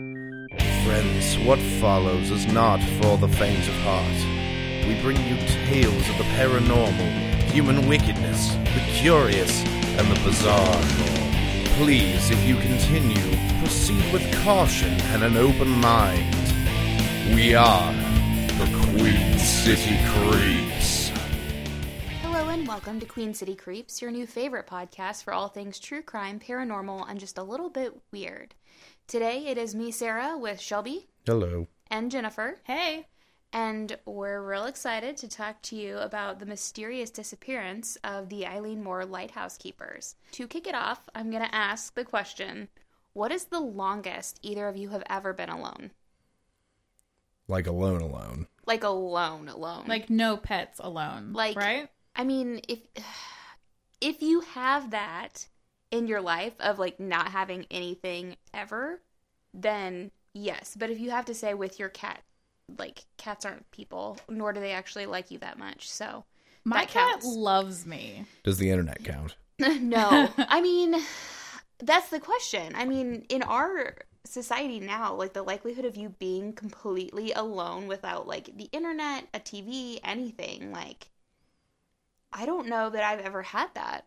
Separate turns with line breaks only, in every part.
Friends, what follows is not for the faint of heart. We bring you tales of the paranormal, human wickedness, the curious, and the bizarre. Please, if you continue, proceed with caution and an open mind. We are the Queen City Creeps.
Hello and welcome to Queen City Creeps, your new favorite podcast for all things true crime, paranormal, and just a little bit weird. Today it is me, Sarah, with Shelby
Hello.
and Jennifer,
Hey.
and we're real excited to talk to you about the mysterious disappearance of the Eileen Moore Lighthouse Keepers. To kick it off, I'm going to ask the question What is the longest either of you have ever been alone?
Like alone, alone.
Like alone, alone.
Like no pets alone.
Like-
right?
I mean, if if you have that in your life of like not having anything ever, then yes. But if you have to say with your cat, like cats aren't people, nor do they actually like you that much. So
My
that
cat
counts.
loves me.
Does the internet count?
no, I mean, that's the question. I mean, in our society now, like the likelihood of you being completely alone without like the internet, a TV, anything, like I don't know that I've ever had that.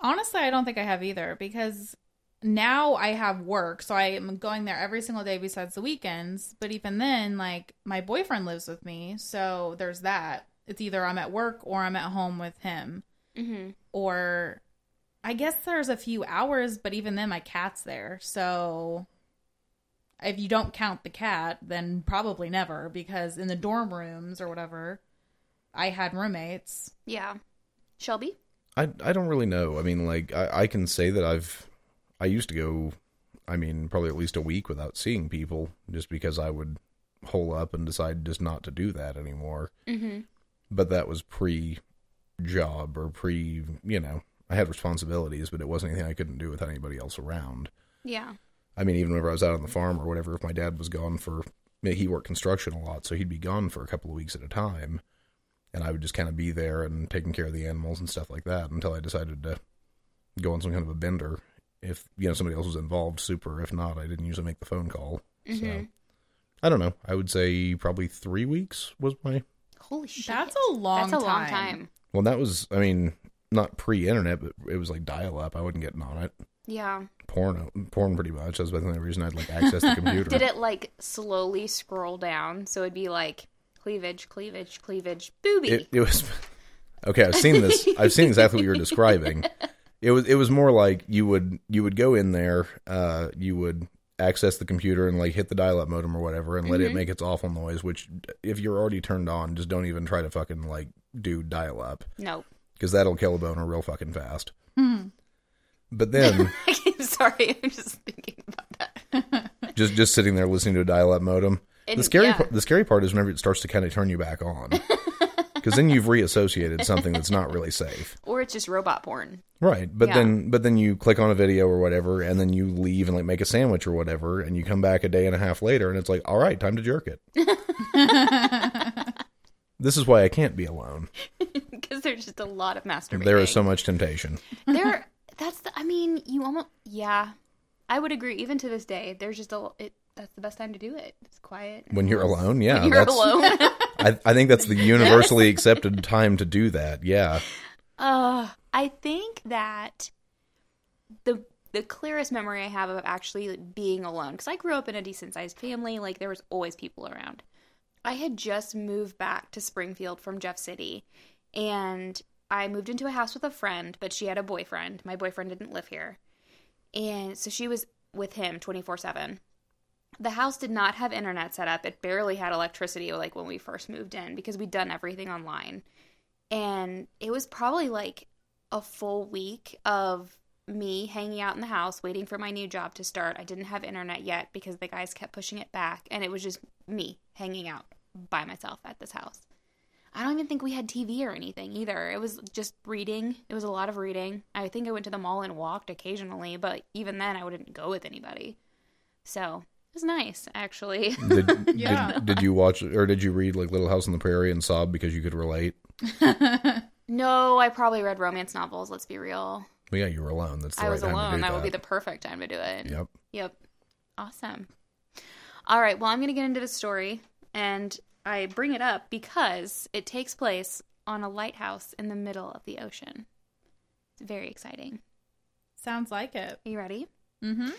Honestly, I don't think I have either because now I have work, so I am going there every single day besides the weekends. But even then, like my boyfriend lives with me, so there's that. It's either I'm at work or I'm at home with him.
Mm-hmm.
Or I guess there's a few hours, but even then my cat's there. So if you don't count the cat, then probably never because in the dorm rooms or whatever, I had roommates.
Yeah. Shelby?
I I don't really know. I mean, like I, I can say that I've I used to go. I mean, probably at least a week without seeing people, just because I would hole up and decide just not to do that anymore.
Mm-hmm.
But that was pre job or pre, you know, I had responsibilities, but it wasn't anything I couldn't do with anybody else around.
Yeah.
I mean, even whenever I was out on the farm or whatever, if my dad was gone for, I mean, he worked construction a lot, so he'd be gone for a couple of weeks at a time, and I would just kind of be there and taking care of the animals and stuff like that until I decided to go on some kind of a bender. If you know somebody else was involved, super. If not, I didn't usually make the phone call. So
Mhm.
I don't know. I would say probably three weeks was my.
Holy shit.
That's a long
That's a long
time.
time.
Well, that was. I mean, not pre-internet, but it was like dial-up. I wasn't getting on it.
Yeah.
Porn, porn, pretty much. That was the only reason I'd like access the computer.
Did it like slowly scroll down so it'd be like cleavage, cleavage, cleavage, booby?
It, it was okay. I've seen this. I've seen exactly what you were describing. It was. It was more like you would you would go in there. Uh, you would access the computer and like hit the dial-up modem or whatever, and let
Mm-hmm.
it make its awful noise. Which, if you're already turned on, just don't even try to fucking like do dial-up
no.
because that'll kill a boner real fucking fast.
Mm-hmm.
But then
I'm sorry. I'm just thinking about that.
just just sitting there listening to a dial-up modem.
And-
the scary
yeah.
par- the scary part is whenever it starts to kind of turn you back on. Because then you've reassociated something that's not really safe.
Or it's just robot porn.
Right, but
Yeah.
then but then you click on a video or whatever, and then you leave and like make a sandwich or whatever, and you come back a day and a half later, and it's like, all right, time to jerk it. this is why I can't be alone.
Because there's just a lot of masturbating.
There is so much temptation.
there that's the i mean you almost yeah i would agree even to this day there's just a it that's the best time to do it it's quiet and
When you're
nice.
alone, yeah,
you're
that's,
alone
I, I think that's the universally accepted time to do that. Yeah,
uh i think that the the clearest memory i have of actually being alone because i grew up in a decent sized family like there was always people around i had just moved back to springfield from jeff city and i moved into a house with a friend but she had a boyfriend my boyfriend didn't live here and so she was with him 24 7 the house did not have internet set up it barely had electricity like when we first moved in because we'd done everything online and it was probably like a full week of me hanging out in the house waiting for my new job to start i didn't have internet yet because the guys kept pushing it back and it was just me hanging out by myself at this house i don't even think we had tv or anything either it was just reading it was a lot of reading i think i went to the mall and walked occasionally but even then i wouldn't go with anybody so it was nice actually
did,
Yeah.
did did you watch or did you read like Little House on the Prairie and sob because you could relate?
No, I probably read romance novels, let's be real.
Well, yeah, you were alone. That's the
I
right
was
time To
alone.
do
That
that
would be the perfect time to do it.
Yep.
Yep. Awesome. All right. Well, I'm going to get into the story, and I bring it up because it takes place on a lighthouse in the middle of the ocean. It's very exciting.
Sounds like it.
Are you ready?
Mm-hmm.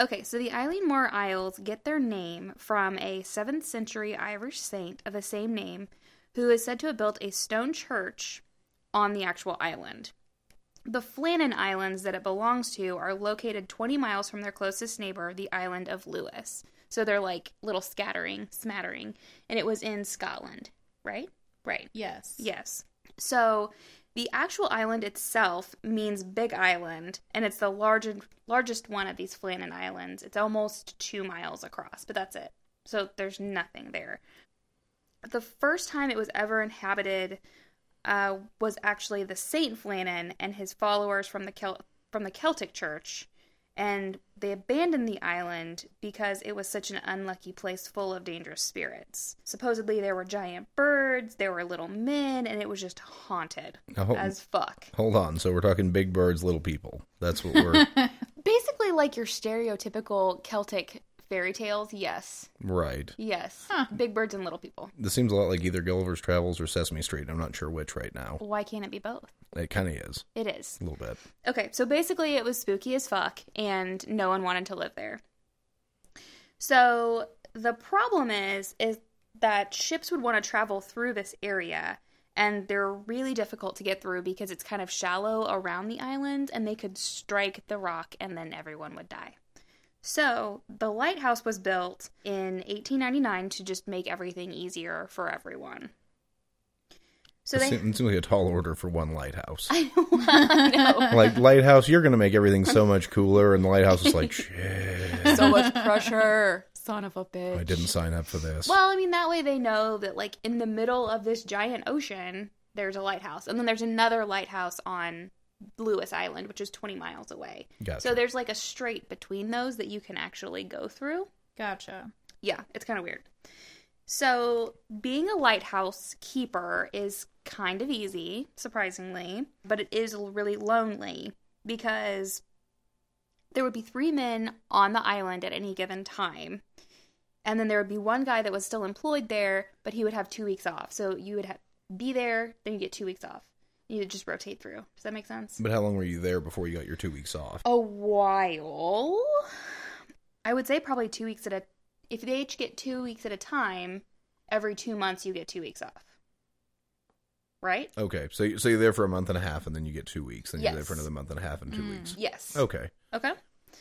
Okay, so the Eileen Moore Isles get their name from a 7th century Irish saint of the same name who is said to have built a stone church on the actual island. The Flannan Islands that it belongs to are located 20 miles from their closest neighbor, the island of Lewis. So they're like little scattering, smattering. And it was in Scotland, right? Right.
Yes.
Yes. So the actual island itself means Big Island, and it's the largest largest one of these Flannan Islands. It's almost two miles across, but that's it. So there's nothing there. The first time it was ever inhabited uh, was actually the Saint Flannan and his followers from the Kel- from the Celtic Church, and they abandoned the island because it was such an unlucky place full of dangerous spirits. Supposedly there were giant birds, there were little men, and it was just haunted
Oh,
as fuck.
hold on. So we're talking big birds, little people. That's what we're
Basically, like your stereotypical Celtic fairy tales. Yes,
right.
yes,
Huh.
big birds and little people.
This seems a lot like either Gulliver's Travels or Sesame Street. I'm not sure which right now.
Why can't it be both?
It kind of is
It is.
a little bit.
Okay, so basically it was spooky as fuck and no one wanted to live there. So the problem is is that ships would want to travel through this area and they're really difficult to get through because it's kind of shallow around the island and they could strike the rock and then everyone would die. So, the lighthouse was built in 1899 to just make everything easier for everyone. So
it,
they
seems, it seems like a tall order for one lighthouse.
I know. I know.
like lighthouse, you're gonna make everything so much cooler, and the lighthouse is like, shit.
so much pressure. Son of a bitch.
I didn't sign up for this.
Well, I mean, that way they know that, like, in the middle of this giant ocean, there's a lighthouse. And then there's another lighthouse on Lewis Island, which is 20 miles away.
Gotcha.
So there's, like, a strait between those that you can actually go through.
Gotcha.
Yeah, it's kind of weird. So, being a lighthouse keeper is kind of easy, surprisingly, but it is really lonely because there would be three men on the island at any given time. And then there would be one guy that was still employed there, but he would have two weeks off. So, you would ha be there, then you get two weeks off. You would just rotate through. Does that make sense?
but how long were you there before you got your two weeks off?
a while. I would say probably two weeks at a. If they each get two weeks at a time, every two months you get two weeks off. Right?
Okay, so you- so you're there for a month and a half, and then you get two weeks, then you're there
Yes. Mm,
for another month and a half and two weeks.
Yes.
Okay.
Okay.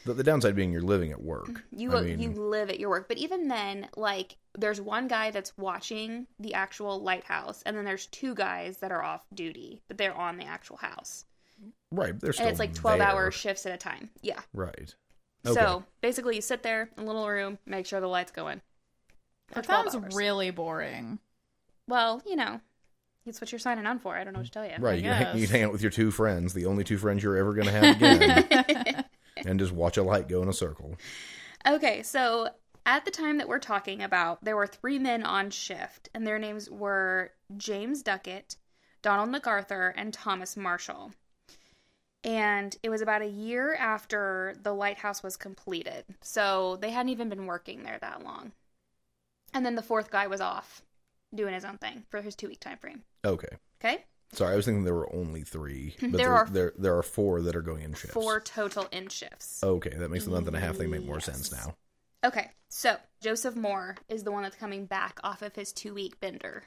The, the downside being you're living at work.
You
I mean,
you live at your work, but even then, like there's one guy that's watching the actual lighthouse, and then there's two guys that are off duty, but they're on the actual house,
right? They're still
and it's like twelve
there.
hour shifts at a time. Yeah.
Right.
So basically, you sit there in a little room, make sure the lights go in. for
That
12
sounds
hours.
really boring.
Well, you know, it's what you're signing on for. I don't know what to tell you.
Right,
I
you hang,
guess.
you'd hang out with your two friends, the only two friends you're ever going to have again, and just watch a light go in a circle.
Okay, so at the time that we're talking about, there were three men on shift, and their names were James Duckett, Donald MacArthur, and Thomas Marshall. And it was about a year after the lighthouse was completed, so they hadn't even been working there that long. And then the fourth guy was off doing his own thing for his two week time frame.
Okay,
Okay?
sorry, I was thinking there were only three, but
There
there
are-
there there are four that are going in shifts.
Four total in shifts.
Okay, that makes the month and a half thing make more sense
Yes.
now.
Okay, so Joseph Moore is the one that's coming back off of his two week bender.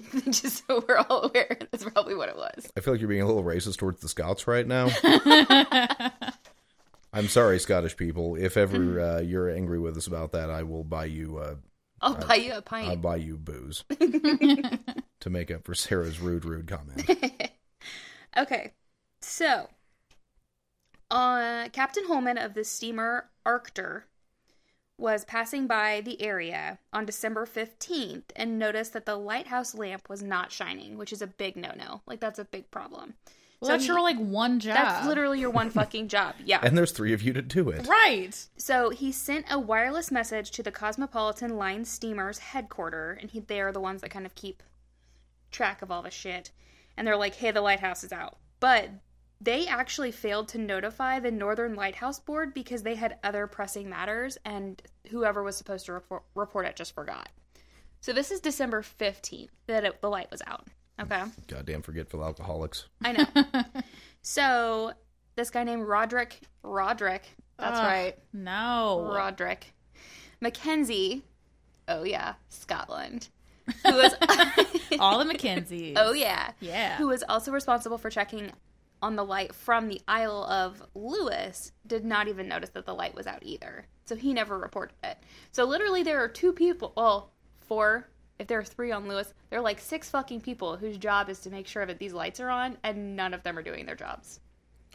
Just so we're all aware, that's probably what it was.
I feel like you're being a little racist towards the Scots right now. I'm sorry, Scottish people. If ever uh, you're angry with us about that, I will buy you. Uh,
I'll buy you a
I'll
pint.
buy you booze to make up for Sarah's rude, rude comment.
okay, so uh, Captain Holman of the steamer Arctur was passing by the area on December 15th and noticed that the lighthouse lamp was not shining, which is a big no no. Like, that's a big problem.
Well, that's
he-
your like one job.
That's literally your one fucking job. Yeah.
And there's three of you to do it.
right.
So he sent a wireless message to the Cosmopolitan Line Steamers headquarters, and he, they are the ones that kind of keep track of all the shit. And they're like, "Hey, the lighthouse is out." But They actually failed to notify the Northern Lighthouse Board because they had other pressing matters, and whoever was supposed to report, report it just forgot. So this is December 15th that it, the light was out. Okay.
Goddamn forgetful alcoholics.
I know. so this guy named Roderick, Roderick, that's
Ugh,
right,
No.
Roderick Mackenzie. Oh yeah, Scotland. Who was?
All the Mackenzies.
oh yeah,
Yeah.
Who was also responsible for checking on the light from the Isle of Lewis? Did not even notice that the light was out either, so he never reported it. So literally, there are two people. Well, four. If there are three on Lewis, there are like six fucking people whose job is to make sure that these lights are on, and none of them are doing their jobs.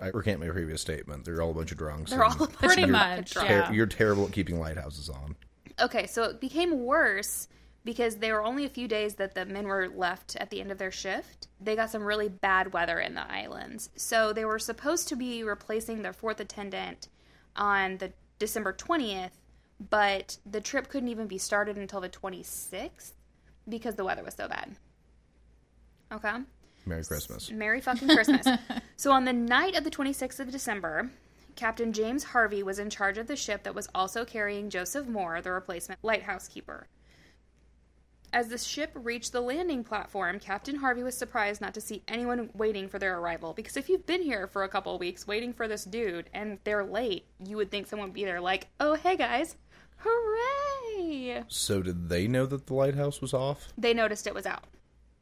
I recant my previous statement. They're all a bunch of drunks.
They're all
and
a bunch of
Pretty
fucking
much,
drunks.
ter-
yeah.
You're terrible at keeping lighthouses on.
Okay, so it became worse because there were only a few days that the men were left at the end of their shift. They got some really bad weather in the islands. So they were supposed to be replacing their fourth attendant on the December 20th, but the trip couldn't even be started until the 26th because the weather was so bad. Okay.
Merry Christmas.
Merry fucking Christmas. so on the night of the 26th of December, Captain James Harvey was in charge of the ship that was also carrying Joseph Moore, the replacement lighthouse keeper. As the ship reached the landing platform, Captain Harvey was surprised not to see anyone waiting for their arrival. Because if you've been here for a couple of weeks waiting for this dude and they're late, you would think someone would be there, like, oh, hey guys, hooray!
So did they know that the lighthouse was off?
They noticed it was out.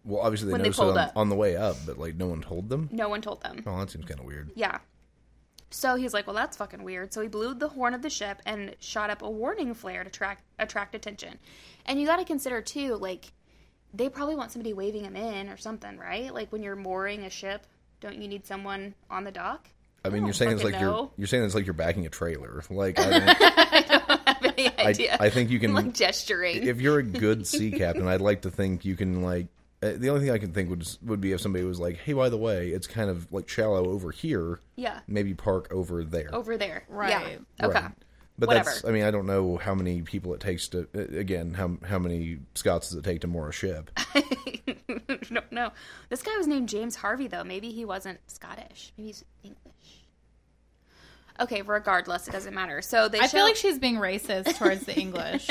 Well, obviously they
When they
noticed it
pulled
on,
up.
on the way up, but like no one told them.
No one told them.
Oh, that seems kind of weird.
Yeah. So he's like, well, that's fucking weird. So he blew the horn of the ship and shot up a warning flare to attract attract attention. And you got to consider too, like, they probably want somebody waving him in or something, right? Like when you're mooring a ship, don't you need someone on the dock?
I mean,
don't
you're saying it's like
fucking
you're
know.
you're saying it's like you're backing a trailer. Like I, don't-
I have any idea.
I think you
I'm,
can-
like gesturing.
if you're a good sea captain, I'd like to think you can like. uh, The only thing I can think would would be if somebody was like, "Hey, by the way, it's kind of like shallow over here.
yeah,
Maybe park over there."
over there.
Right.
Yeah. Okay.
But
Whatever.
that's. I mean, I don't know how many people it takes to. uh, Again, how how many Scots does it take to moor a ship?
no, no. This guy was named James Harvey, though. Maybe he wasn't Scottish. Maybe he's English. Okay, regardless, it doesn't matter. So they
I
show-
feel like she's being racist towards the English.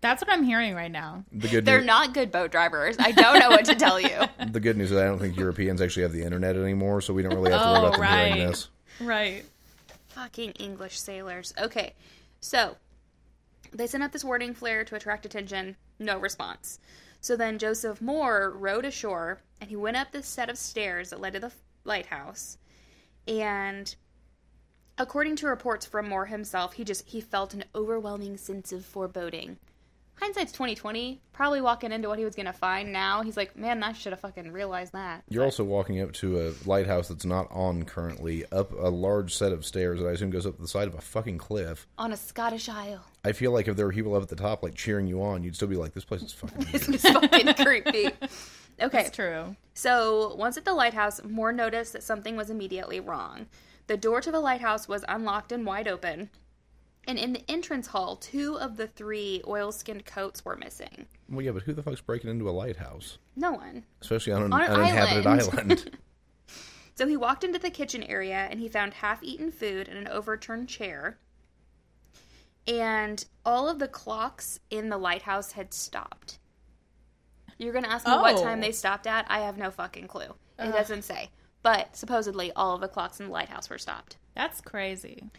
That's what I'm hearing right now.
The good
they're
news,
not good boat drivers. I don't know what to tell you.
the good news is I don't think Europeans actually have the internet anymore, so we don't really have to worry
Oh,
about them hearing
right.
this.
Right.
Fucking English sailors. Okay, so they sent out this warning flare to attract attention. No response. So then Joseph Moore rowed ashore and he went up this set of stairs that led to the f- lighthouse. And according to reports from Moore himself, he just he felt an overwhelming sense of foreboding. Hindsight's twenty twenty. Probably walking into what he was gonna find now, he's like, man, I should have fucking realized that.
You're also walking up to a lighthouse that's not on currently, up a large set of stairs that I assume goes up the side of a fucking cliff.
On a Scottish Isle.
I feel like if there were people up at the top like cheering you on, you'd still be like, "This place is fucking weird."
It's fucking creepy. Okay,
It's true.
so once at the lighthouse, Moore noticed that something was immediately wrong. The door to the lighthouse was unlocked and wide open, and in the entrance hall, two of the three oilskinned coats were missing.
well, yeah, but who the fuck's breaking into a lighthouse,
No one.
especially on an,
On an
uninhabited
island.
island?
So he walked into the kitchen area and he found half eaten food and an overturned chair. And all of the clocks in the lighthouse had stopped. You're going to ask me what
Oh.
time they stopped at? I have no fucking clue. It doesn't say. But supposedly all of the clocks in the lighthouse were stopped.
That's crazy.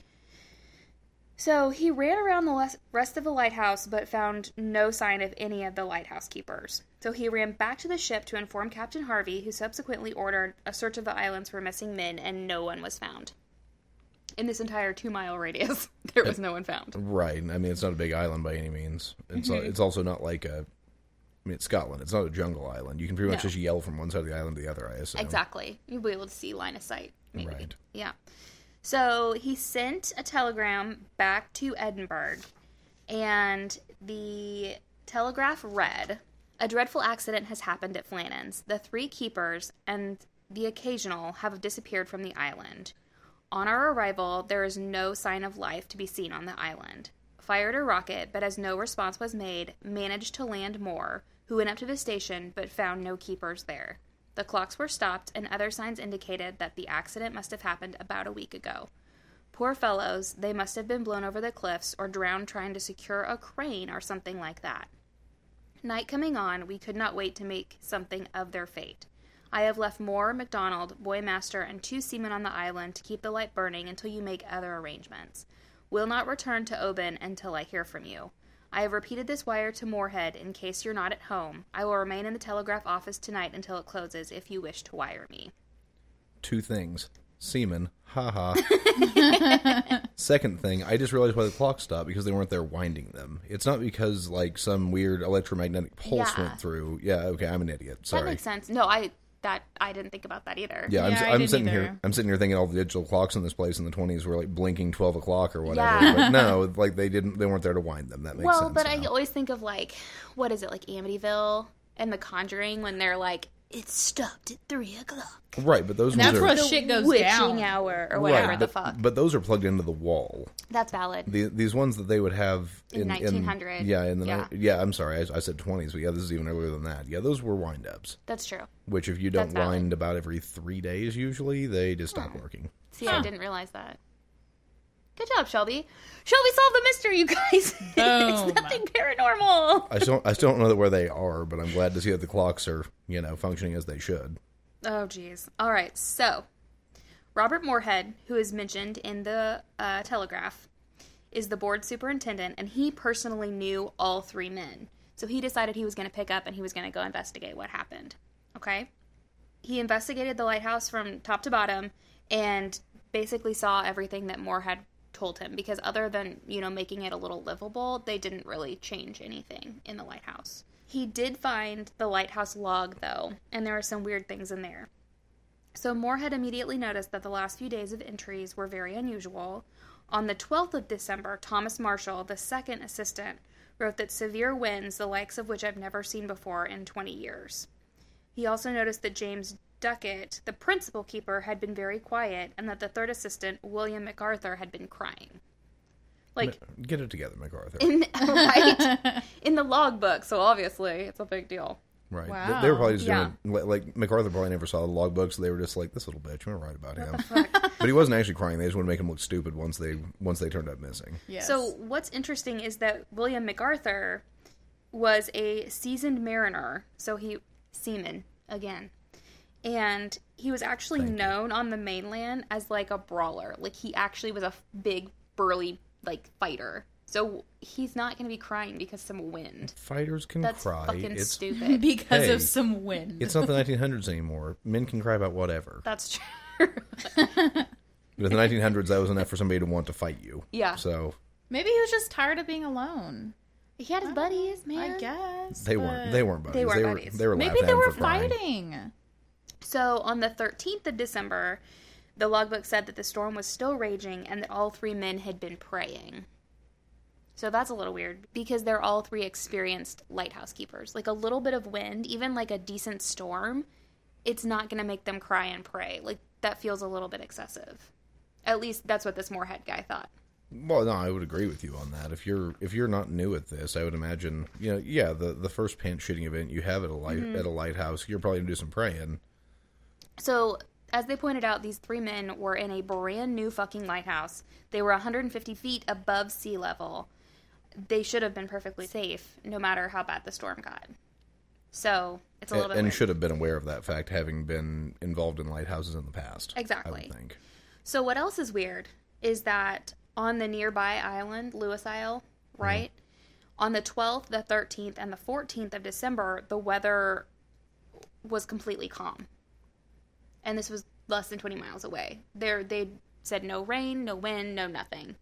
So he ran around the les- rest of the lighthouse but found no sign of any of the lighthouse keepers. So he ran back to the ship to inform Captain Harvey, who subsequently ordered a search of the islands for missing men, and no one was found. In this entire two mile radius, there was no one found.
right? I mean, it's not a big island by any means. It's
Mm-hmm.
al- it's also not like a. I mean, it's Scotland. It's not a jungle island. You can pretty much
No.
just yell from one side of the island to the other. I assume.
Exactly. You'll be able to see line of sight. Maybe.
Right.
Yeah. So he sent a telegram back to Edinburgh, and the telegraph read A dreadful accident has happened at Flannan's. The three keepers and the occasional have disappeared from the island. On our arrival, there is no sign of life to be seen on the island. Fired a rocket, but as no response was made, managed to land Moore, who went up to the station but found no keepers there. The clocks were stopped, and other signs indicated that the accident must have happened about a week ago. Poor fellows, they must have been blown over the cliffs or drowned trying to secure a crane or something like that. Night coming on, we could not wait to make something of their fate. I have left Moore, MacDonald, Boymaster, and two seamen on the island to keep the light burning until you make other arrangements. Will not return to Oban until I hear from you. I have repeated this wire to Moorhead in case you're not at home. I will remain in the telegraph office tonight until it closes if you wish to wire me.
Two things. Semen. Haha. Second thing, I just realized why the clock stopped because they weren't there winding them. It's not because like some weird electromagnetic pulse
Yeah.
went through. Yeah, okay, I'm an idiot.
That
Sorry.
makes sense. No, I that I didn't think about that either.
Yeah, I'm,
Yeah, I
I'm
didn't
sitting here.
either.
I'm sitting here thinking all the digital clocks in this place in the 20s were like blinking 12 o'clock or whatever.
Yeah.
But no, like they didn't. They weren't there to wind them. That makes
well,
sense.
but I
now.
always think of like what is it like Amityville and The Conjuring when they're like it stopped at three o'clock.
right, but those
And that's
ones are
where shit goes
Witching
down.
hour or
right,
whatever the
but-
fuck.
But those are plugged into the wall.
That's valid.
The, these ones that they would have
In 1900.
yeah, in the
Yeah.
yeah. yeah I'm sorry, I, I said 20s, but yeah, this is even earlier than that. Yeah, those were wind ups.
That's true.
Which, if you don't
That's valid. Hmm.
wind about every three days, usually they just stop working.
See, I didn't realize that. Good job, Shelby. Shelby solved the mystery, you guys.
Boom.
it's nothing paranormal.
I still, I still don't know that where they are, but I'm glad to see that the clocks are, you know, functioning as they should.
Oh, geez. All right. So, Robert Moorhead, who is mentioned in the uh, Telegraph, is the board superintendent, and he personally knew all three men. So he decided he was going to pick up and he was going to go investigate what happened. Okay. He investigated the lighthouse from top to bottom and basically saw everything that Moore had told him because other than, you know, making it a little livable, they didn't really change anything in the lighthouse. He did find the lighthouse log though, and there were some weird things in there. So Moore had immediately noticed that the last few days of entries were very unusual. On the 12th of December, Thomas Marshall, the second assistant, wrote that severe winds, the likes of which I've never seen before in 20 years. He also noticed that James Duckett, the principal keeper, had been very quiet and that the third assistant, William MacArthur, had been crying. Like,
Get it together, MacArthur.
in, right? in the logbook, so obviously it's a big deal.
Right.
Wow.
They, they were probably just
Yeah.
doing it, like MacArthur probably never saw the logbook, so they were just like, "This little bitch, we're right about him." but he wasn't actually crying. They just wanted to make him look stupid once they once they turned up missing.
Yes.
So what's interesting is that William MacArthur was a seasoned mariner, so he seaman again. And he was actually known on the mainland as like a brawler. Like he actually was a f- big burly like fighter. So he's not going to be crying because some wind.
Fighters can
That's
cry.
fucking
It's
stupid.
because
Hey.
of some wind.
it's not the 1900s anymore. Men can cry about whatever.
That's true.
But in the 1900s, that was enough for somebody to want to fight you.
Yeah.
So
Maybe he was just tired of being alone.
he had his buddies, man.
I guess
they
but-
weren't they weren't buddies.
They
They,
weren't
were
buddies.
they were laughed
Maybe
at
they
him
were
for crying.
fighting.
So on the 13th of December, the logbook said that the storm was still raging and that all three men had been praying. So that's a little weird because they're all three experienced lighthouse keepers. Like a little bit of wind, even like a decent storm, it's not going to make them cry and pray. Like that feels a little bit excessive. At least that's what this Moorhead guy thought.
Well, no, I would agree with you on that. If you're if you're not new at this, I would imagine you know, yeah, the the first pant shooting event you have at a light
Mm-hmm.
at a lighthouse, you're probably gonna do some praying.
So, as they pointed out, these three men were in a brand new fucking lighthouse. They were 150 feet above sea level. They should have been perfectly safe, no matter how bad the storm got. So it's a little
and,
bit.
and
weird.
should have been aware of that fact, having been involved in lighthouses in the past. I
Exactly.
would think.
So what else is weird is that on the nearby island, Lewis Isle, right? On the 12th, the 13th, and the 14th of December, the weather was completely calm. And this was less than 20 miles away. There they said no rain, no wind, no nothing.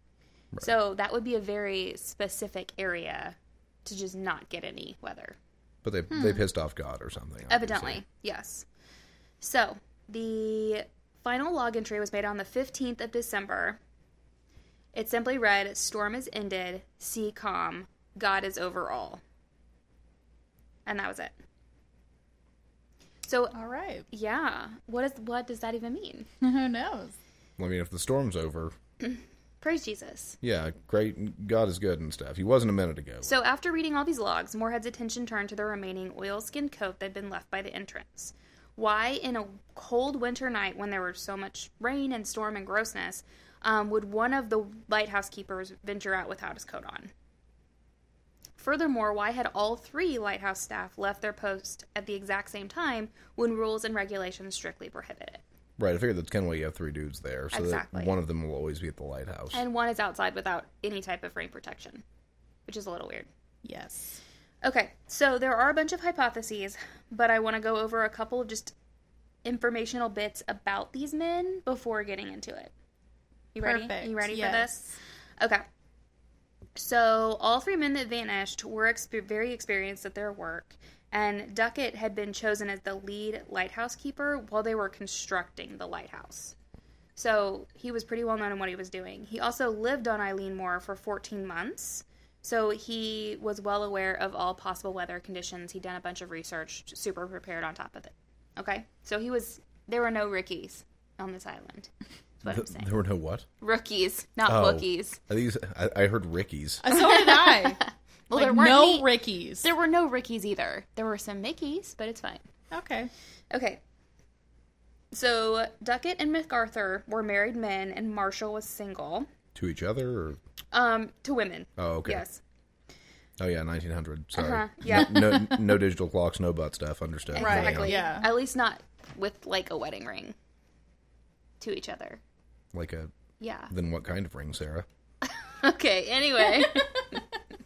So that would be a very specific area to just not get any weather.
But they they pissed off God or something.
Hmm. Evidently, yes. So the final log entry was made on the 15th of December. It simply read, Storm is ended, sea calm, God is over all. And that was it. So
All right.
yeah, what is what does that even mean?
Who knows?
obviously. I mean, if the storm's over,
Praise Jesus.
yeah, great. God is good and stuff. He wasn't a minute ago.
So after reading all these logs, Moorhead's attention turned to the remaining oilskin coat that had been left by the entrance. why in a cold winter night when there was so much rain and storm and grossness um, would one of the lighthouse keepers venture out without his coat on furthermore why had all three lighthouse staff left their post at the exact same time when rules and regulations strictly prohibit it
Right, I figured that's kind of why you have three dudes there, so
Exactly.
that one of them will always be at the lighthouse.
and one is outside without any type of rain protection which is a little weird
Yes.
Okay, so there are a bunch of hypotheses, but I want to go over a couple of just informational bits about these men before getting into it. You ready?
Perfect.
You ready for this?
Yes.
Okay. So all three men that vanished were exper- very experienced at their work, and Duckett had been chosen as the lead lighthouse keeper while they were constructing the lighthouse. So he was pretty well known in what he was doing. He also lived on Eileen Moore for 14 months, so he was well aware of all possible weather conditions. He'd done a bunch of research, super prepared on top of it. Okay, so he was. There were no rookies on this island. That's what I'm
Th-
saying.
there were no what?
Rookies, not
Oh.
bookies.
I, think it's- I, I heard Ricky's.
Uh, So did I.
Well,
Like,
there weren't
no
any-
Rickies.
There were no Rickies either. There were some Mickeys, but it's fine.
okay.
Okay. So Duckett and MacArthur were married men, and Marshall was single.
To each other? Or...
Um, to women.
Oh, okay.
Yes.
Oh, yeah, 1900. Sorry.
Uh-huh, yeah.
No, no, no digital clocks, no butt stuff. Understood.
Right.
Moving
Exactly.
on.
Yeah.
At least not with like a wedding ring. To each other.
Like a.
Yeah.
Then what kind of ring, Sarah?
Okay, anyway.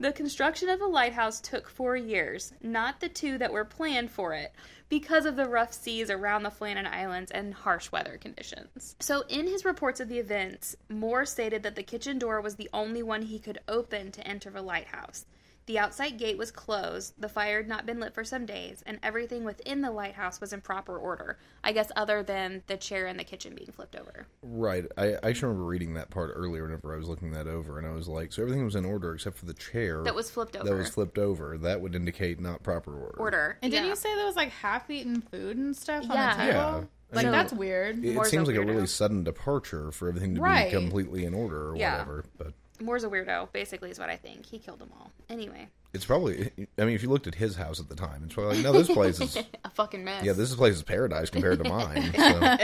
the construction of the lighthouse took four years, not the two that were planned for it, because of the rough seas around the Flannan Islands and harsh weather conditions. So, in his reports of the events, Moore stated that the kitchen door was the only one he could open to enter the lighthouse. The outside gate was closed, the fire had not been lit for some days, and everything within the lighthouse was in proper order. I guess, other than the chair in the kitchen being flipped over.
Right. I, I actually remember reading that part earlier whenever I was looking that over, and I was like, so everything was in order except for the chair
That was flipped over.
that was flipped over. That would indicate not proper order.
order.
And didn't
Yeah.
you say there was like half-eaten food and stuff
Yeah.
on the table?
Yeah.
Like
So-
that's weird.
It, it
More's a
seems like a
weirdo.
really sudden departure for everything to
Right.
be completely in order or
Yeah.
whatever, but.
Moore's a weirdo, basically, is what I think. He killed them all. Anyway,
It's probably. I mean, if you looked at his house at the time, it's probably like, no, this place is.
a fucking mess.
Yeah, this place is paradise compared to mine. So.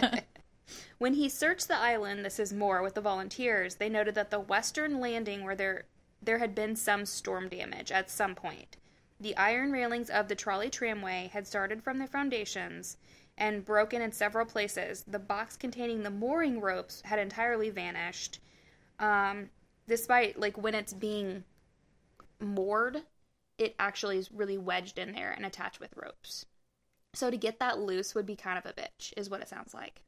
When he searched the island, this is Moore with the volunteers, they noted that the western landing where there there had been some storm damage at some point. The iron railings of the trolley tramway had started from their foundations and broken in several places. The box containing the mooring ropes had entirely vanished. Um, despite like when it's being moored, it actually is really wedged in there and attached with ropes. So to get that loose would be kind of a bitch, is what it sounds like.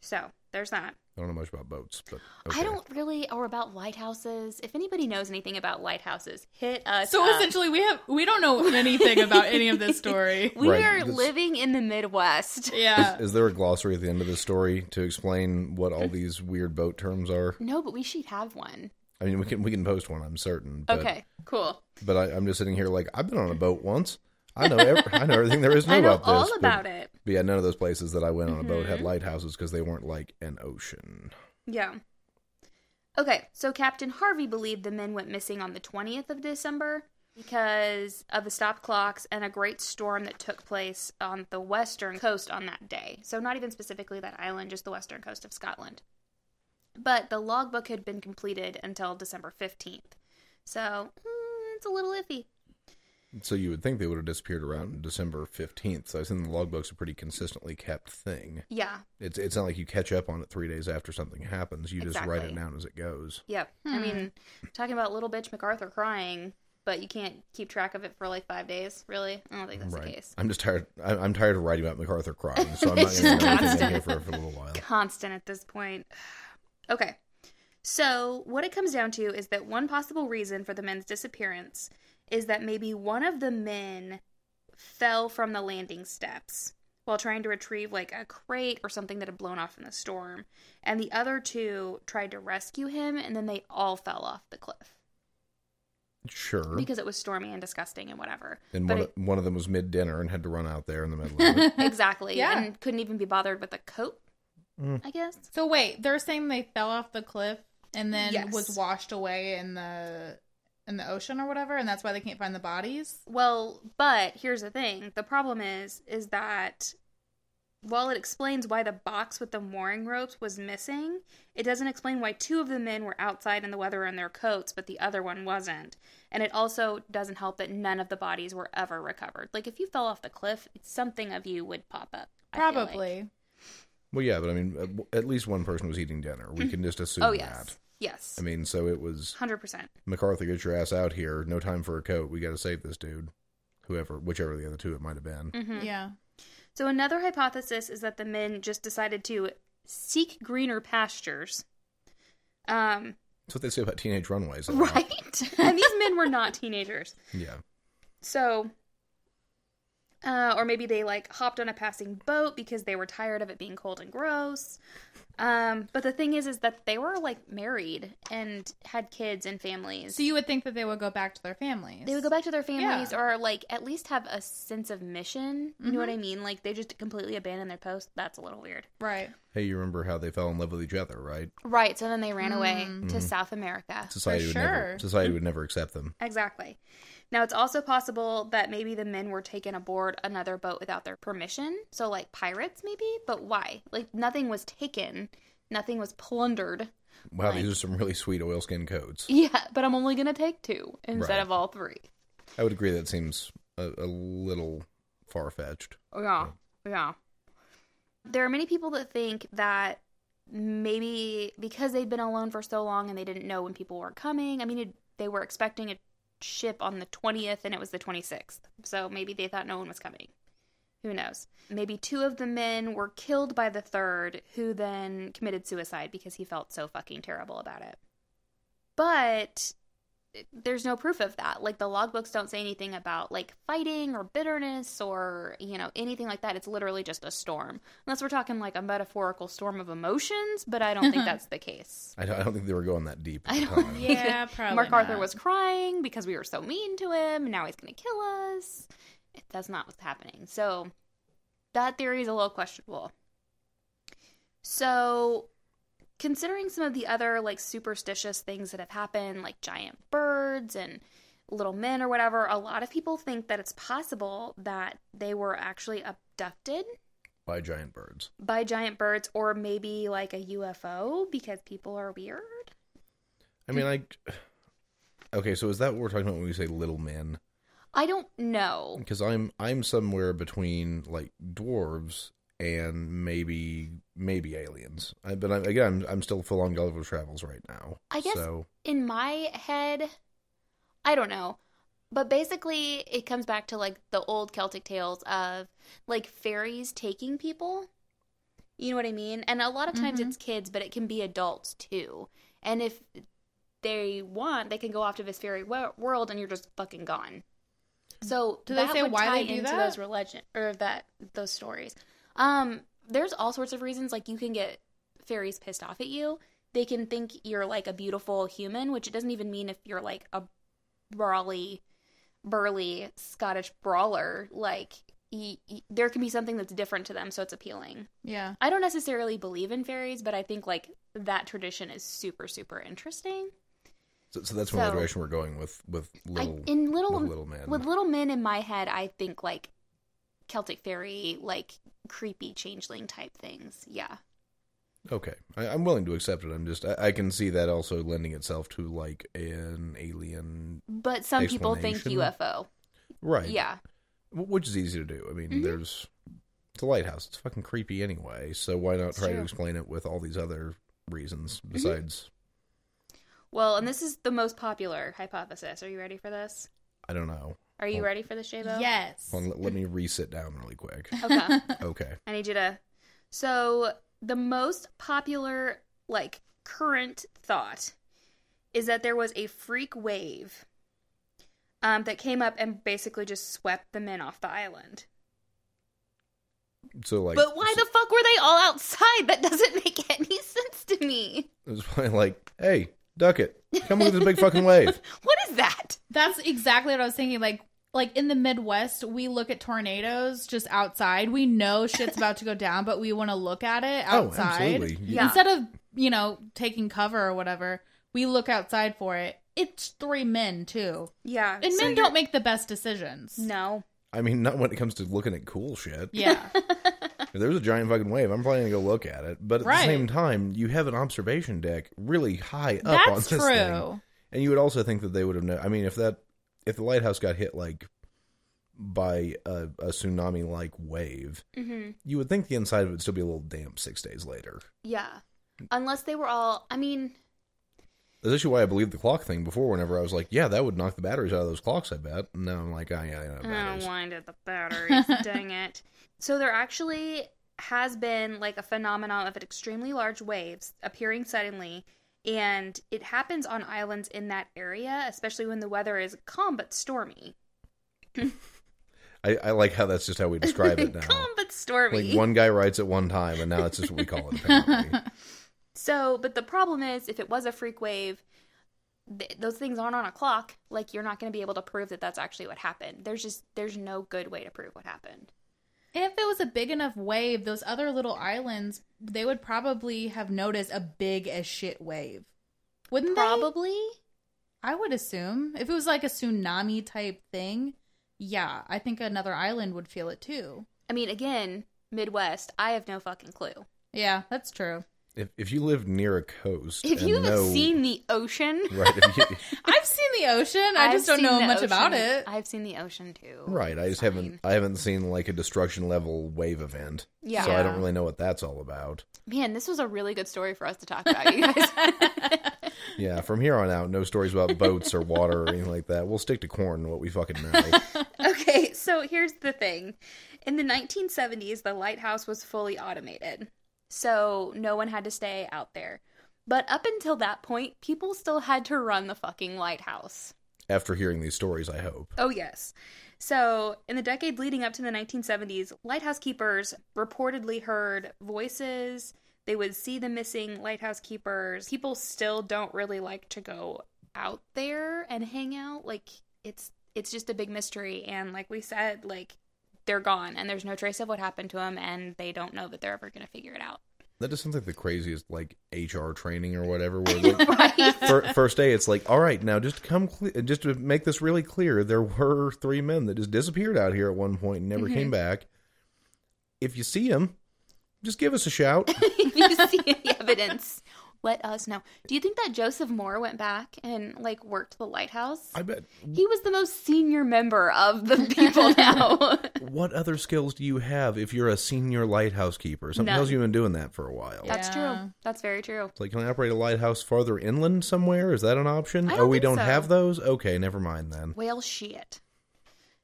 So there's that.
I don't know much about boats, but
I
okay.
don't really, or about lighthouses. If anybody knows anything about lighthouses, hit us.
So
up.
essentially, we have we don't know anything about any of this story.
we
Right,
are
that's-
living in the Midwest.
Yeah.
Is there a glossary at the end of the story to explain what all these weird boat terms are?
No, but we should have one.
I mean, we can we can post one, I'm certain. But,
okay, cool.
But I, I'm just sitting here like I've been on a boat once. I know ev I know everything there is to know
I know
about this.
all
but-
about it. Mm-hmm.
But yeah, none of those places that I went on a boat had lighthouses because they weren't like an ocean.
Yeah. Okay, so Captain Harvey believed the men went missing on the 20th of December because of the stop clocks and a great storm that took place on the western coast on that day. So, not even specifically that island, just the western coast of Scotland. But the logbook had been completed until December 15th. So, mm, it's a little iffy.
So you would think they would have disappeared around December 15th. So I think the logbook's a pretty consistently kept thing.
Yeah,
It's it's not like you catch up on it three days after something happens. You just write
Exactly.
it down as it goes.
yeah. I mean, talking about little bitch MacArthur crying, but you can't keep track of it for like five days, really? I don't think that's the
Right.
case.
I'm just tired. I- I'm tired of writing about MacArthur crying, so I'm not going to write anything in here for, for a little while.
constant at this point. Okay. So, what it comes down to is that one possible reason for the men's disappearance is that maybe one of the men fell from the landing steps while trying to retrieve like a crate or something that had blown off in the storm, and the other two tried to rescue him and then they all fell off the cliff
Sure.
because it was stormy and disgusting and whatever.
and
But
one,
it-
of- one of them was mid dinner and had to run out there in the middle of it.
exactly,
Yeah.
and couldn't even be bothered with a coat,
Mm.
I guess.
so wait, they're saying they fell off the cliff and then
Yes.
was washed away in the in the ocean or whatever, and that's why they can't find the bodies.
Well, but here's the thing. The problem is is that while it explains why the box with the mooring ropes was missing, it doesn't explain why two of the men were outside in the weather in their coats, but the other one wasn't. And it also doesn't help that none of the bodies were ever recovered. Like if you fell off the cliff, something of you would pop up. I feel like.
Probably.
Well, yeah, but I mean, at- at least one person was eating dinner. We can just assume
Oh
that.
yes. Yes.
I mean, so it was
Hundred percent.
MacArthur, get your ass out here. No time for a coat. We got to save this dude. Whoever, whichever of the other two it might have been.
Mm-hmm.
Yeah.
So another hypothesis is that the men just decided to seek greener pastures. Um,
That's what they say about teenage runways. a lot.
right? and these men were not teenagers.
Yeah.
So, uh, or maybe they like hopped on a passing boat because they were tired of it being cold and gross. Um, but the thing is, is that they were like married and had kids and families.
So you would think that they would go back to their families.
they would go back to their families
Yeah.
or like at least have a sense of mission. You know what I mean? Like they just completely abandoned their post. That's a little weird.
Right.
Hey, you remember how they fell in love with each other, right?
Right. So then they ran away to South America.
Society would never.
sure.
Mm-hmm.
Society would never accept them.
Exactly. Now, it's also possible that maybe the men were taken aboard another boat without their permission. So, like pirates, maybe? But why? Like, nothing was taken, nothing was plundered.
Wow,
Like-
these are some really sweet oilskin coats.
Yeah, but I'm only going to take two instead
Right.
of all three.
I would agree that seems a, a little far fetched.
Oh, Yeah, yeah. There are many people that think that maybe because they'd been alone for so long and they didn't know when people were coming. I mean, it, they were expecting a ship on the 20th and it was the 26th. So maybe they thought no one was coming. Who knows? Maybe two of the men were killed by the third, who then committed suicide because he felt so fucking terrible about it. But there's no proof of that. Like the logbooks don't say anything about like fighting or bitterness or you know anything like that. It's literally just a storm. Unless we're talking like a metaphorical storm of emotions, but I don't think that's the case.
I don't, I don't think they were going that deep. At
I
the
don't
time.
think
Yeah, probably.
Mark Arthur
not.
was crying because we were so mean to him. Now he's going to kill us. It- That's not what's happening. So that theory is a little questionable. So considering some of the other like superstitious things that have happened, like giant birds and little men or whatever, a lot of people think that it's possible that they were actually abducted
by giant birds.
by giant birds or maybe like a UFO because people are weird.
I mean, I. Okay, so is that what we're talking about when we say little men?
I don't know.
Because I'm I'm somewhere between like dwarves and maybe maybe aliens. I, but I, again, I'm, I'm still full on Gulliver's Travels right now.
I guess-
so.
in my head, I don't know. But basically, it comes back to like the old Celtic tales of like fairies taking people. You know what I mean? And a lot of times
Mhm.
it's kids, but it can be adults too. And if they want, they can go off to this fairy wo- world, and you're just fucking gone. So
Do they
that
say
would
why
tie
they do
into
that?
those religion or that those stories? Um, there's all sorts of reasons. Like you can get fairies pissed off at you. They can think you're like a beautiful human, which it doesn't even mean if you're like a brawly, burly Scottish brawler. Like y- y- there can be something that's different to them, so it's appealing.
Yeah.
I don't necessarily believe in fairies, but I think like that tradition is super super interesting.
so. So that's one of
so-
the direction we're going with with
I-
little
in little
with little men.
with little men in my head, I think like Celtic fairy, like creepy changeling type things. Yeah.
Okay, I, I'm willing to accept it. I'm just I, I can see that also lending itself to like an alien,
But some people think
Explanation?
UFO.
right?
Yeah.
Wh- which is easy to do. I mean,
Mhm.
there's it's a lighthouse. It's fucking creepy anyway. So why not
It's
try to
true. Mm-hmm.
explain it with all these other reasons besides
Well, and this is the most popular hypothesis. Are you ready for this?
I don't know.
Are you
Well-
ready for this, Shabo?
Yes.
Hold on, let, let me re-sit down really quick.
Okay.
Okay,
I need you to. So the most popular, like current thought, is that there was a freak wave, um, that came up and basically just swept the men off the island.
so like,
but why the fuck were they all outside? That doesn't make any sense to me.
It was probably like, hey, duck it, come with the big fucking wave.
What is that?
That's exactly what I was thinking. Like, like in the Midwest, we look at tornadoes just outside. We know shit's about to go down, but we want to look at it outside.
Oh, absolutely.
Yeah.
Instead of you know taking cover or whatever, we look outside for it. it's three men too,
Yeah.
and
so
men
you're-
don't make the best decisions.
No.
I mean, not when it comes to looking at cool shit.
Yeah,
If there's a giant fucking wave, I'm probably gonna go look at it. But at
Right.
the same time, you have an observation deck really high up on
that's
this
true.
thing, and you would also think that they would have known. I mean, if that if the lighthouse got hit like by a, a tsunami like wave,
hmm
you would think the inside of it would still be a little damp six days later.
Yeah. Unless they were all. I mean,
That's actually why I believed the clock thing before. Whenever I was like, "Yeah, that would knock the batteries out of those clocks," I bet. And now I'm like, "Ah, yeah, I know
oh,
batteries."
wind at the batteries. Dang it. So there actually has been like a phenomenon of extremely large waves appearing suddenly, and it happens on islands in that area, especially when the weather is calm but stormy.
I, I like how that's just how we describe it now.
calm but stormy.
Like one guy writes at one time, and now that's just what we call it. Apparently.
So, but the problem is, if it was a freak wave, th- those things aren't on a clock. Like you're not going to be able to prove that that's actually what happened. There's just there's no good way to prove what happened.
If it was a big enough wave, those other little islands, they would probably have noticed a big as shit wave. Wouldn't they?
Probably.
I would assume. If it was like a tsunami type thing, yeah, I think another island would feel it too.
I mean, again, Midwest. I have no fucking clue.
Yeah, that's true.
If if you live near a coast,
If
and
you haven't
know-
seen the ocean,
right, if you-
I've seen the ocean. I just
I've
don't know
seen the
much about
ocean-
it.
I've seen the ocean too.
right, I just haven't
Fine.
I haven't seen like a destruction level wave event,
Yeah.
so I don't
Yeah.
really know what that's all about.
Man, this was a really good story for us to talk about, you guys.
Yeah, from here on out, no stories about boats or water or anything like that. We'll stick to corn, and what we fucking know.
okay, so here's the thing. In the 1970s, the lighthouse was fully automated, so no one had to stay out there. But up until that point, people still had to run the fucking lighthouse.
After hearing these stories, I hope.
Oh, yes. So, in the decade leading up to the 1970s, lighthouse keepers reportedly heard voices. They would see the missing lighthouse keepers. People still don't really like to go out there and hang out. Like it's it's just a big mystery and like we said, like they're gone and there's no trace of what happened to them and they don't know that they're ever going to figure it out.
That just sounds like the craziest like HR training or whatever. Where like,
Right?
fir- first day, it's like, all right, now just come, cle- just to make this really clear, there were three men that just disappeared out here at one point and never
Mm-hmm.
came back. If you see them, just give us a shout.
if you see any evidence, let us know. Do you think that Joseph Moore went back and like worked the lighthouse?
I bet.
He was the most senior member of the people now.
What other skills do you have if you're a senior lighthouse keeper? Something
None.
tells you've been doing that for a while.
That's
Yeah.
true. That's very true.
It's like, can I operate a lighthouse farther inland somewhere? Is that an option?
I
oh,
don't
we
think
don't
so.
have those. Okay, never mind then.
Well, shit.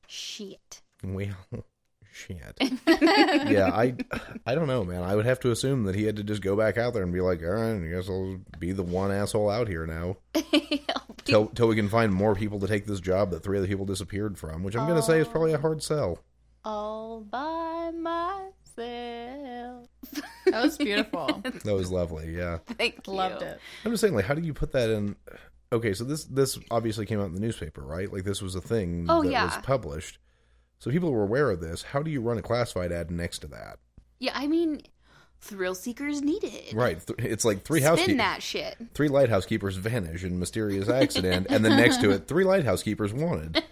Shit.
Well, shit. yeah, I, I don't know, man. I would have to assume that he had to just go back out there and be like, all right, I guess I'll be the one asshole out here now till till we can find more people to take this job that three other people disappeared from, which I'm gonna say is probably a hard sell.
All by myself.
That was beautiful.
That was lovely. Yeah,
Thank you.
Loved it.
I'm just saying, like, how do you put that in? Okay, so this this obviously came out in the newspaper, right? Like, this was a thing
Oh,
that
yeah.
was published. So people were aware of this. How do you run a classified ad next to that?
Yeah, I mean, thrill seekers needed.
Right. Th- it's like three
Spin
housekeepers.
that shit.
three lighthouse keepers vanish in mysterious accident, and then next to it, three lighthouse keepers wanted.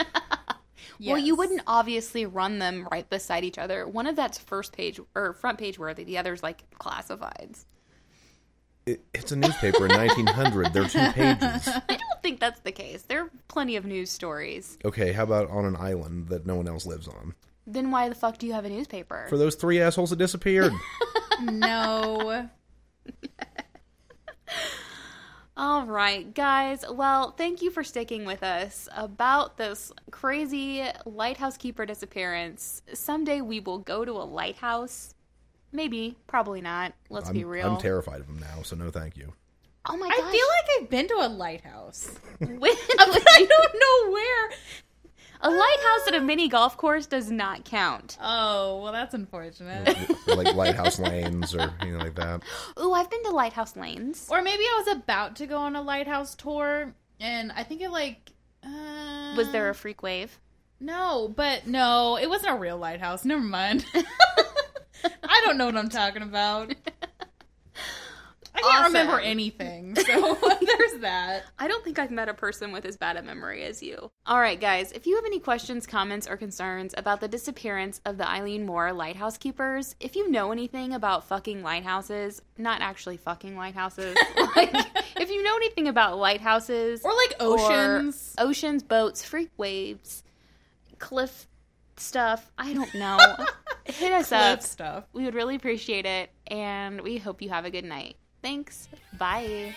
Well, you
Yes.
wouldn't obviously run them right beside each other. One of that's first page or front page worthy. The other's like classifieds.
It, it's a newspaper in 1900. They're two pages.
I don't think that's the case. There are plenty of news stories.
Okay, how about on an island that no one else lives on?
Then why the fuck do you have a newspaper?
For those three assholes that disappeared.
No.
All right, guys. Well, thank you for sticking with us about this crazy lighthouse keeper disappearance. Someday we will go to a lighthouse. Maybe, probably not. Let's
I'm,
be real.
I'm terrified of them now, so no thank you.
oh my
I
gosh.
feel like I've been to a lighthouse.
When-
I don't know where.
a lighthouse at a mini golf course does not count.
Oh, well, that's unfortunate.
like lighthouse lanes or anything like that.
Ooh, I've been to lighthouse lanes.
or maybe I was about to go on a lighthouse tour, and I think it like. Uh,
Was there a freak wave?
No, but no, it wasn't a real lighthouse. Never mind. I don't know what I'm talking about. I can't
Awesome.
remember anything. So there's that.
I don't think I've met a person with as bad a memory as you. All right, guys, if you have any questions, comments, or concerns about the disappearance of the Eileen Moore lighthouse keepers, if you know anything about fucking lighthouses, not actually fucking lighthouses, like if you know anything about lighthouses,
Or like oceans.
or oceans, boats, freak waves, cliff stuff, I don't know, hit us
cliff
up.
stuff.
We would really appreciate it, and we hope you have a good night. Thanks. Bye.